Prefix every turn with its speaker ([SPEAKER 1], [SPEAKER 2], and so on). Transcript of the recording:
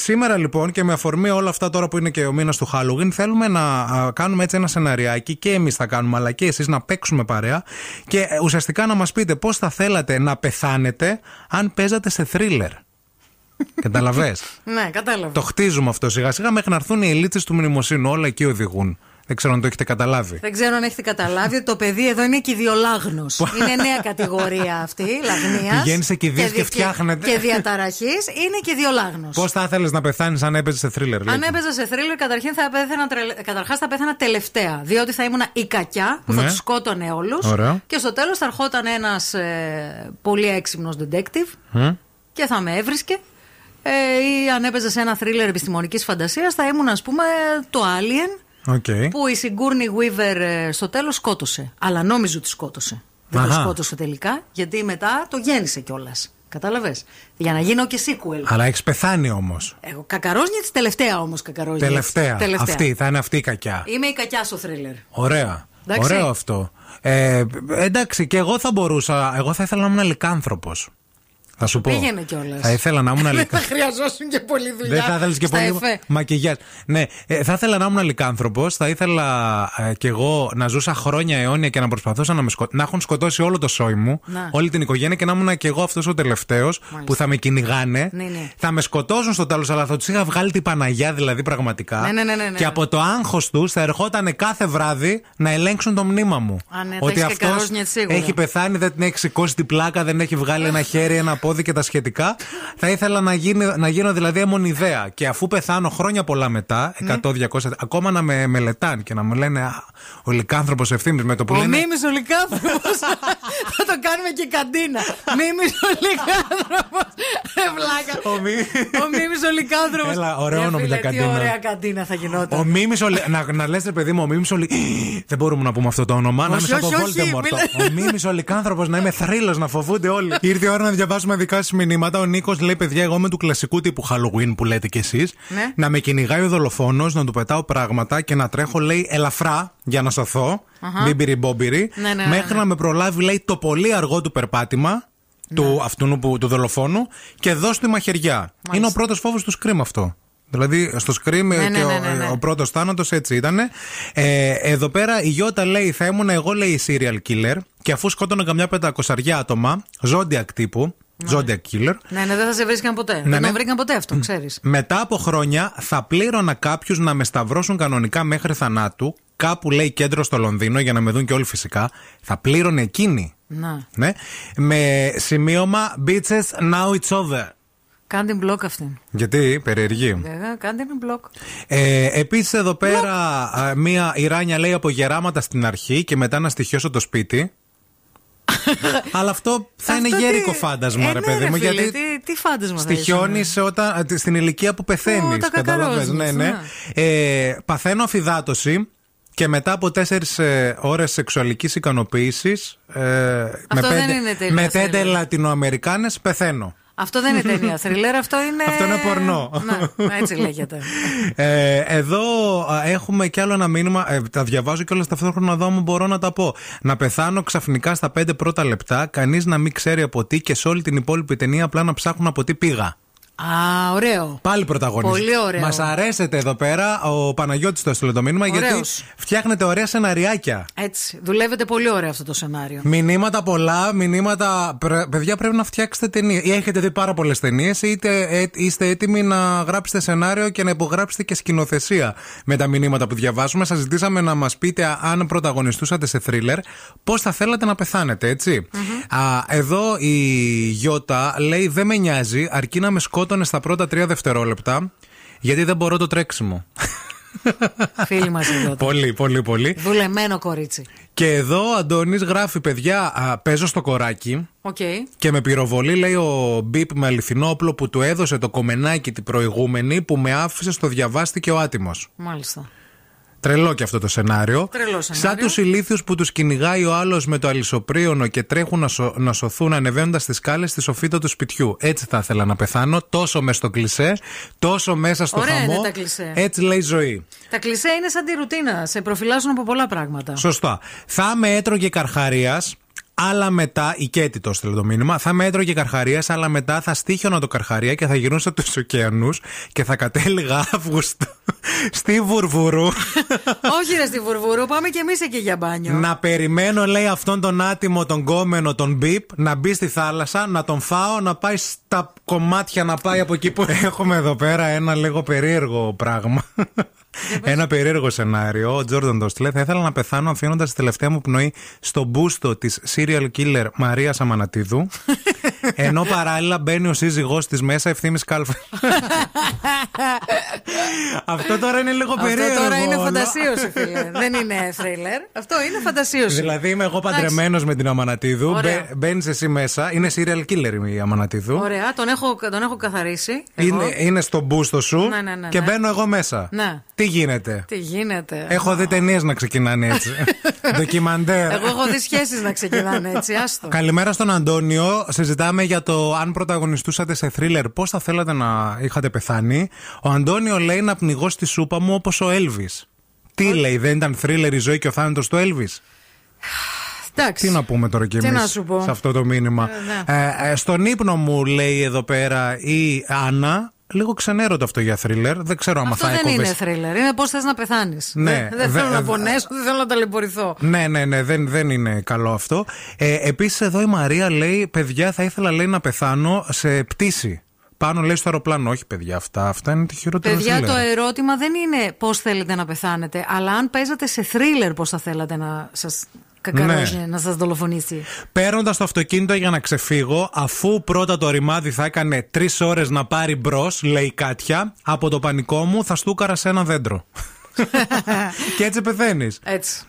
[SPEAKER 1] Σήμερα λοιπόν και με αφορμή όλα αυτά τώρα που είναι και ο μήνας του Halloween, θέλουμε να α, κάνουμε έτσι ένα σεναριάκι και εμείς θα κάνουμε, αλλά και εσείς να παίξουμε παρέα και ε, ουσιαστικά να μας πείτε πώς θα θέλατε να πεθάνετε αν παίζατε σε θρίλερ. Καταλαβέ.
[SPEAKER 2] Ναι, κατάλαβα.
[SPEAKER 1] Το χτίζουμε αυτό σιγά σιγά μέχρι να έρθουν οι ελίτσες του μνημοσύνου. Όλα εκεί οδηγούν. Δεν ξέρω αν το έχετε καταλάβει.
[SPEAKER 2] Δεν ξέρω αν έχετε καταλάβει ότι το παιδί εδώ είναι κυδιολάγνο. είναι νέα κατηγορία αυτή, λαγνίας.
[SPEAKER 1] Πηγαίνεις σε κηδείες και φτιάχνεται.
[SPEAKER 2] Και διαταραχής είναι κυδιολάγνο.
[SPEAKER 1] Πώς θα ήθελες να πεθάνεις αν έπαιζες σε θρίλερ, λέει.
[SPEAKER 2] Αν έπαιζα σε θρύλερ, καταρχήν θα πέθαινα, τρελε- καταρχάς θα πέθανα τελευταία. Διότι θα ήμουν η κακιά που
[SPEAKER 1] Ναι.
[SPEAKER 2] θα τους σκότωνε όλους.
[SPEAKER 1] Ωραία.
[SPEAKER 2] Και στο τέλος θα ερχόταν ένας πολύ έξυπνος detective
[SPEAKER 1] Μμ.
[SPEAKER 2] και θα με έβρισκε. Ε, ή αν έπαιζα σε ένα θρίλερ επιστημονικής φαντασίας, θα ήμουν, ας πούμε, το Alien
[SPEAKER 1] Οκ.
[SPEAKER 2] που η Σιγκούρνη Weaver ε, στο τέλος σκότωσε. Αλλά νόμιζε ότι σκότωσε. Δεν το
[SPEAKER 1] Αχα.
[SPEAKER 2] σκότωσε τελικά, γιατί μετά το γέννησε κιόλας. Κατάλαβες. Για να γίνω και sequel.
[SPEAKER 1] Αλλά έχεις πεθάνει όμως.
[SPEAKER 2] Εγώ κακαρόζνια της τελευταία όμως κακαρόζνια.
[SPEAKER 1] Τελευταία. Αυτή θα είναι αυτή η κακιά.
[SPEAKER 2] Είμαι η κακιά στο θρίλερ.
[SPEAKER 1] Ωραία.
[SPEAKER 2] Εντάξει.
[SPEAKER 1] Ωραίο αυτό. Ε, εντάξει, και εγώ θα μπορούσα. Εγώ θα ήθελα να ήμουν λικάνθρωπος. Θα σου πω.
[SPEAKER 2] Πήγαινε κιόλας.
[SPEAKER 1] Θα ήθελα να ήμουν
[SPEAKER 2] Δεν θα
[SPEAKER 1] λικάνθρωπο.
[SPEAKER 2] χρειαζόσουν και πολύ δουλειά.
[SPEAKER 1] Δεν θα ήθελες και
[SPEAKER 2] στα
[SPEAKER 1] πολύ
[SPEAKER 2] εφέ.
[SPEAKER 1] μακιγιά. Ναι, ε, θα ήθελα να ήμουν λικάνθρωπο. Θα ήθελα ε, κι εγώ να ζούσα χρόνια αιώνια και να προσπαθούσα να, με σκο... να έχουν σκοτώσει όλο το σόι μου,
[SPEAKER 2] Να.
[SPEAKER 1] όλη την οικογένεια και να ήμουν κι εγώ αυτός ο τελευταίος που θα με κυνηγάνε.
[SPEAKER 2] Ναι, ναι.
[SPEAKER 1] Θα με σκοτώσουν στο τέλος, αλλά θα τους είχα βγάλει την Παναγιά δηλαδή πραγματικά.
[SPEAKER 2] Ναι, ναι, ναι, ναι, ναι.
[SPEAKER 1] Και από το άγχος τους θα ερχόταν κάθε βράδυ να ελέγξουν το μνήμα μου.
[SPEAKER 2] Α, ναι, τα
[SPEAKER 1] ότι
[SPEAKER 2] έχεις
[SPEAKER 1] αυτός
[SPEAKER 2] κακαρόζνια σίγουρα.
[SPEAKER 1] έχει πεθάνει, δεν την έχει σηκώσει την πλάκα, δεν έχει βγάλει ένα χέρι, ένα πόδι και τα σχετικά. Θα ήθελα να, γίνει, να γίνω δηλαδή αιμονιδέα. Και αφού πεθάνω χρόνια πολλά μετά, 100-200, ακόμα να με μελετάνε και να μου λένε «Α, Ο λικάνθρωπο ευθύνης με το που
[SPEAKER 2] Ο
[SPEAKER 1] λένε.
[SPEAKER 2] Μίμης ο Λυκάνθρωπος. Θα το κάνουμε και καντίνα. Μίμης ο Λυκάνθρωπος. Ε, βλάκα.
[SPEAKER 1] Ο Μίμης.
[SPEAKER 2] Ο Μίμης ο Λυκάνθρωπος.
[SPEAKER 1] Έλα, ωραίο
[SPEAKER 2] Ρε
[SPEAKER 1] όνομα
[SPEAKER 2] Ε, φίλε,
[SPEAKER 1] για
[SPEAKER 2] τι
[SPEAKER 1] καντίνα.
[SPEAKER 2] ωραία καντίνα θα γινόταν.
[SPEAKER 1] Ο Μίμης ο Λε- να, να λες ρε παιδί μου, ο Μίμης ο Λε- Δεν μπορούμε να πούμε αυτό το όνομα.
[SPEAKER 2] Όχι,
[SPEAKER 1] Ανάμεσα από
[SPEAKER 2] όχι, όχι,
[SPEAKER 1] Voldemort.
[SPEAKER 2] μην-
[SPEAKER 1] Ο Μίμης ο Λικάνθρωπος να είμαι θρύλος, να φοβούνται όλοι. Ήρθε η ώρα να διαβάσουμε δικά σας μηνύματα. Ο Νίκος λέει: Παιδιά, εγώ είμαι του κλασικού τύπου Halloween που λέτε κι εσείς
[SPEAKER 2] Ναι.
[SPEAKER 1] Να με κυνηγάει ο δολοφόνος, να του πετάω πράγματα και να τρέχω, λέει, ελαφρά για να σωθω Μπίμπιρι μπόμπιρι.
[SPEAKER 2] Ναι, ναι, ναι,
[SPEAKER 1] Μέχρι
[SPEAKER 2] ναι.
[SPEAKER 1] να με προλάβει, λέει, το πολύ αργό του περπάτημα. Του αυτού που, του δολοφόνου και δώσ' τη μαχαιριά. Είναι ο πρώτος φόβος του Scream αυτό. Δηλαδή στο Scream
[SPEAKER 2] Ναι, ναι,
[SPEAKER 1] και ο-
[SPEAKER 2] ναι, ναι, ναι.
[SPEAKER 1] ο πρώτος θάνατος έτσι ήταν. Ε, εδώ πέρα η Γιώτα λέει: Θα ήμουν εγώ, λέει, η serial killer. Και αφού σκότωνα καμιά πεντακοσαριά άτομα, Zodiac τύπου, Zodiac killer,
[SPEAKER 2] Ναι, ναι, δεν θα σε βρίσκαν ποτέ.
[SPEAKER 1] Ναι,
[SPEAKER 2] δεν
[SPEAKER 1] ναι.
[SPEAKER 2] τον βρήκαν ποτέ αυτό, ξέρεις.
[SPEAKER 1] μετά από χρόνια θα πλήρωνα κάποιους να με σταυρώσουν κανονικά μέχρι θανάτου. Κάπου λέει κέντρο στο Λονδίνο για να με δουν και όλοι φυσικά. Θα πλήρωνε εκείνη.
[SPEAKER 2] Να.
[SPEAKER 1] Ναι. Με σημείωμα Bitches, now it's over.
[SPEAKER 2] Κάντε μπλοκ αυτήν.
[SPEAKER 1] Γιατί, περιεργή.
[SPEAKER 2] Βέβαια, κάντε ένα μπλοκ.
[SPEAKER 1] Ε, Επίσης, εδώ πέρα α, μία Ιράνια λέει από γεράματα στην αρχή και μετά να στοιχιώσω το σπίτι. Αλλά αυτό θα είναι
[SPEAKER 2] Αυτό τι-
[SPEAKER 1] γέρικο φάντασμα,
[SPEAKER 2] Ε,
[SPEAKER 1] ρε
[SPEAKER 2] ναι,
[SPEAKER 1] παιδί μου,
[SPEAKER 2] φίλε,
[SPEAKER 1] γιατί
[SPEAKER 2] Τι, τι φάντασμα θα
[SPEAKER 1] στοιχιώνεις
[SPEAKER 2] είσαι, ναι.
[SPEAKER 1] όταν α, στην ηλικία που πεθαίνεις.
[SPEAKER 2] Ω, τα
[SPEAKER 1] Ναι,
[SPEAKER 2] κακαρόζνες,
[SPEAKER 1] ναι. Ε, παθαίνω αφυδάτωση και μετά από τέσσερις ε, ώρες σεξουαλικής ικανοποίησης. Ε, με
[SPEAKER 2] δεν
[SPEAKER 1] πέντε,
[SPEAKER 2] είναι τέλεια,
[SPEAKER 1] με πέντε
[SPEAKER 2] θέλει.
[SPEAKER 1] Λατινοαμερικάνες πεθαίνω.
[SPEAKER 2] Αυτό δεν είναι ταινία θριλέρ, αυτό είναι.
[SPEAKER 1] Αυτό είναι πορνό.
[SPEAKER 2] Να, Ναι, έτσι λέγεται.
[SPEAKER 1] Ε, εδώ α, έχουμε κι άλλο ένα μήνυμα. Ε, τα διαβάζω και όλα ταυτόχρονα εδώ, μου μπορώ να τα πω. Να πεθάνω ξαφνικά στα πέντε πρώτα λεπτά, κανείς να μην ξέρει από τι και σε όλη την υπόλοιπη ταινία απλά να ψάχνουν από τι πήγα.
[SPEAKER 2] Α, ωραίο.
[SPEAKER 1] Πάλι πρωταγωνιστή.
[SPEAKER 2] Πολύ ωραίο.
[SPEAKER 1] Μας αρέσετε εδώ πέρα ο Παναγιώτης το έστειλε το μήνυμα γιατί
[SPEAKER 2] Ωραίος.
[SPEAKER 1] φτιάχνετε ωραία σεναριάκια.
[SPEAKER 2] Έτσι. Δουλεύεται πολύ ωραίο αυτό το σενάριο.
[SPEAKER 1] Μηνύματα πολλά, μηνύματα. Πρε- Παιδιά, πρέπει να φτιάξετε ταινία. Ή έχετε δει πάρα πολλές ταινίες, είτε ε, είστε έτοιμοι να γράψετε σενάριο και να υπογράψετε και σκηνοθεσία με τα μηνύματα που διαβάζουμε. Σας ζητήσαμε να μας πείτε αν πρωταγωνιστούσατε σε θρίλερ, πώς θα θέλατε να πεθάνετε, έτσι. Α, εδώ η Γιώτα λέει: Δεν με νοιάζει, αρκεί να με σκότωνε στα πρώτα τρία δευτερόλεπτα, γιατί δεν μπορώ το τρέξιμο.
[SPEAKER 2] Φίλοι μας εδώ.
[SPEAKER 1] πολύ, πολύ, πολύ.
[SPEAKER 2] Δουλεμένο κορίτσι.
[SPEAKER 1] Και εδώ Αντώνης γράφει: Παιδιά, α, παίζω στο κοράκι.
[SPEAKER 2] Οκ.
[SPEAKER 1] Και με πυροβολή, λέει ο Μπίπ με αληθινό όπλο που του έδωσε το κομμενάκι την προηγούμενη που με άφησε στο διαβάστηκε ο άτιμος.
[SPEAKER 2] Μάλιστα.
[SPEAKER 1] Τρελό και αυτό το σενάριο.
[SPEAKER 2] Τρελό
[SPEAKER 1] Σαν
[SPEAKER 2] σενάριο.
[SPEAKER 1] τους ηλίθιους που τους κυνηγάει ο άλλος με το αλυσοπρίωνο και τρέχουν να, σω- να σωθούν ανεβαίνοντας τις σκάλες στη σοφίτα του σπιτιού. Έτσι θα ήθελα να πεθάνω, τόσο μες στο κλισέ, τόσο μέσα στο
[SPEAKER 2] Ωραία είναι
[SPEAKER 1] χαμό.
[SPEAKER 2] τα κλισέ.
[SPEAKER 1] Έτσι λέει η ζωή.
[SPEAKER 2] Τα κλισέ είναι σαν τη ρουτίνα. Σε προφυλάσσουν από πολλά πράγματα.
[SPEAKER 1] Σωστά. Θα με έτρωγε καρχαρίας. Αλλά μετά, η Κέτη το έστειλε το μήνυμα, θα με έτρωγε καρχαρίας, αλλά μετά θα στήχιωνα το καρχαρία και θα γυρνούσα τους ωκεανούς και θα κατέληγα Αύγουστο στη Βουρβουρού.
[SPEAKER 2] Όχι, ρε στη Βουρβουρού, πάμε κι εμείς εκεί για μπάνιο.
[SPEAKER 1] να περιμένω, λέει, αυτόν τον άτιμο, τον κόμενο, τον μπιπ, να μπει στη θάλασσα, να τον φάω, να πάει στα κομμάτια, να πάει από εκεί που έχουμε εδώ πέρα ένα λίγο περίεργο πράγμα. Ένα περίεργο σενάριο. Ο Τζόρνταν το στείλε. Θα ήθελα να πεθάνω αφήνοντας τη τελευταία μου πνοή στο μπούστο της serial killer Μαρίας Αμανατίδου. ενώ παράλληλα μπαίνει ο σύζυγός της μέσα ευθύνη κάλφα. Αυτό τώρα είναι λίγο περίεργο.
[SPEAKER 2] Αυτό τώρα είναι
[SPEAKER 1] όλο.
[SPEAKER 2] φαντασίωση, φίλε. Δεν είναι θρίλερ. Αυτό είναι φαντασίωση.
[SPEAKER 1] Δηλαδή είμαι εγώ παντρεμένος με την Αμανατίδου.
[SPEAKER 2] Ωραία.
[SPEAKER 1] Μπαίνεις εσύ μέσα. Είναι serial killer η Αμανατίδου.
[SPEAKER 2] Ωραία, τον έχω, τον έχω καθαρίσει. εγώ.
[SPEAKER 1] Είναι, είναι στο μπούστο σου
[SPEAKER 2] Ναι, ναι, ναι,
[SPEAKER 1] και
[SPEAKER 2] ναι.
[SPEAKER 1] μπαίνω εγώ μέσα.
[SPEAKER 2] Ναι.
[SPEAKER 1] Τι γίνεται.
[SPEAKER 2] Τι γίνεται.
[SPEAKER 1] Έχω δει ταινίες να ξεκινάνε έτσι. Ντοκιμαντέρ.
[SPEAKER 2] Εγώ έχω δει σχέσεις να ξεκινάνε έτσι. Άστο.
[SPEAKER 1] Καλημέρα στον Αντώνιο. Συζητάμε για το αν πρωταγωνιστούσατε σε θρίλερ, πώς θα θέλατε να είχατε πεθάνει. Ο Αντώνιο λέει να πνιγώ στη σούπα μου όπως ο Έλβης. Τι λέει, δεν ήταν θρίλερ η ζωή και ο θάνατος του Έλβης.
[SPEAKER 2] Εντάξει.
[SPEAKER 1] Τι να πούμε τώρα κι
[SPEAKER 2] Τι
[SPEAKER 1] εμεί
[SPEAKER 2] να σου πω.
[SPEAKER 1] σε αυτό το μήνυμα.
[SPEAKER 2] Ε,
[SPEAKER 1] Ε, ε, στον ύπνο μου λέει εδώ πέρα η Άννα. Λίγο ξενέρωτο αυτό για θρίλερ. Δεν ξέρω αν
[SPEAKER 2] Αυτό
[SPEAKER 1] θα
[SPEAKER 2] δεν
[SPEAKER 1] έκοβες.
[SPEAKER 2] είναι θρίλερ. Είναι πώς θες να πεθάνεις.
[SPEAKER 1] Ναι,
[SPEAKER 2] Δεν, δεν
[SPEAKER 1] δε-
[SPEAKER 2] θέλω να
[SPEAKER 1] δε-
[SPEAKER 2] πονέσω, δεν θέλω να ταλαιπωρηθώ.
[SPEAKER 1] Ναι, ναι, ναι, δεν, δεν είναι καλό αυτό. Ε, Επίσης, εδώ η Μαρία λέει: Παιδιά, θα ήθελα λέει, να πεθάνω σε πτήση. Πάνω λέει στο αεροπλάνο. Όχι, παιδιά, αυτά, αυτά είναι τη χειρότερη
[SPEAKER 2] Παιδιά,
[SPEAKER 1] θρίλερ.
[SPEAKER 2] το ερώτημα δεν είναι πώς θέλετε να πεθάνετε, αλλά αν παίζατε σε θρίλερ, πώς θα θέλατε να σας
[SPEAKER 1] Ναι.
[SPEAKER 2] κακαρόζουν, να σας δολοφονήσει.
[SPEAKER 1] Παίρνοντας το αυτοκίνητο για να ξεφύγω, αφού πρώτα το ρημάδι θα έκανε τρεις ώρες να πάρει μπρος, λέει η Κάτια, από το πανικό μου θα στούκαρα σε ένα δέντρο. και έτσι πεθαίνεις.
[SPEAKER 2] Έτσι.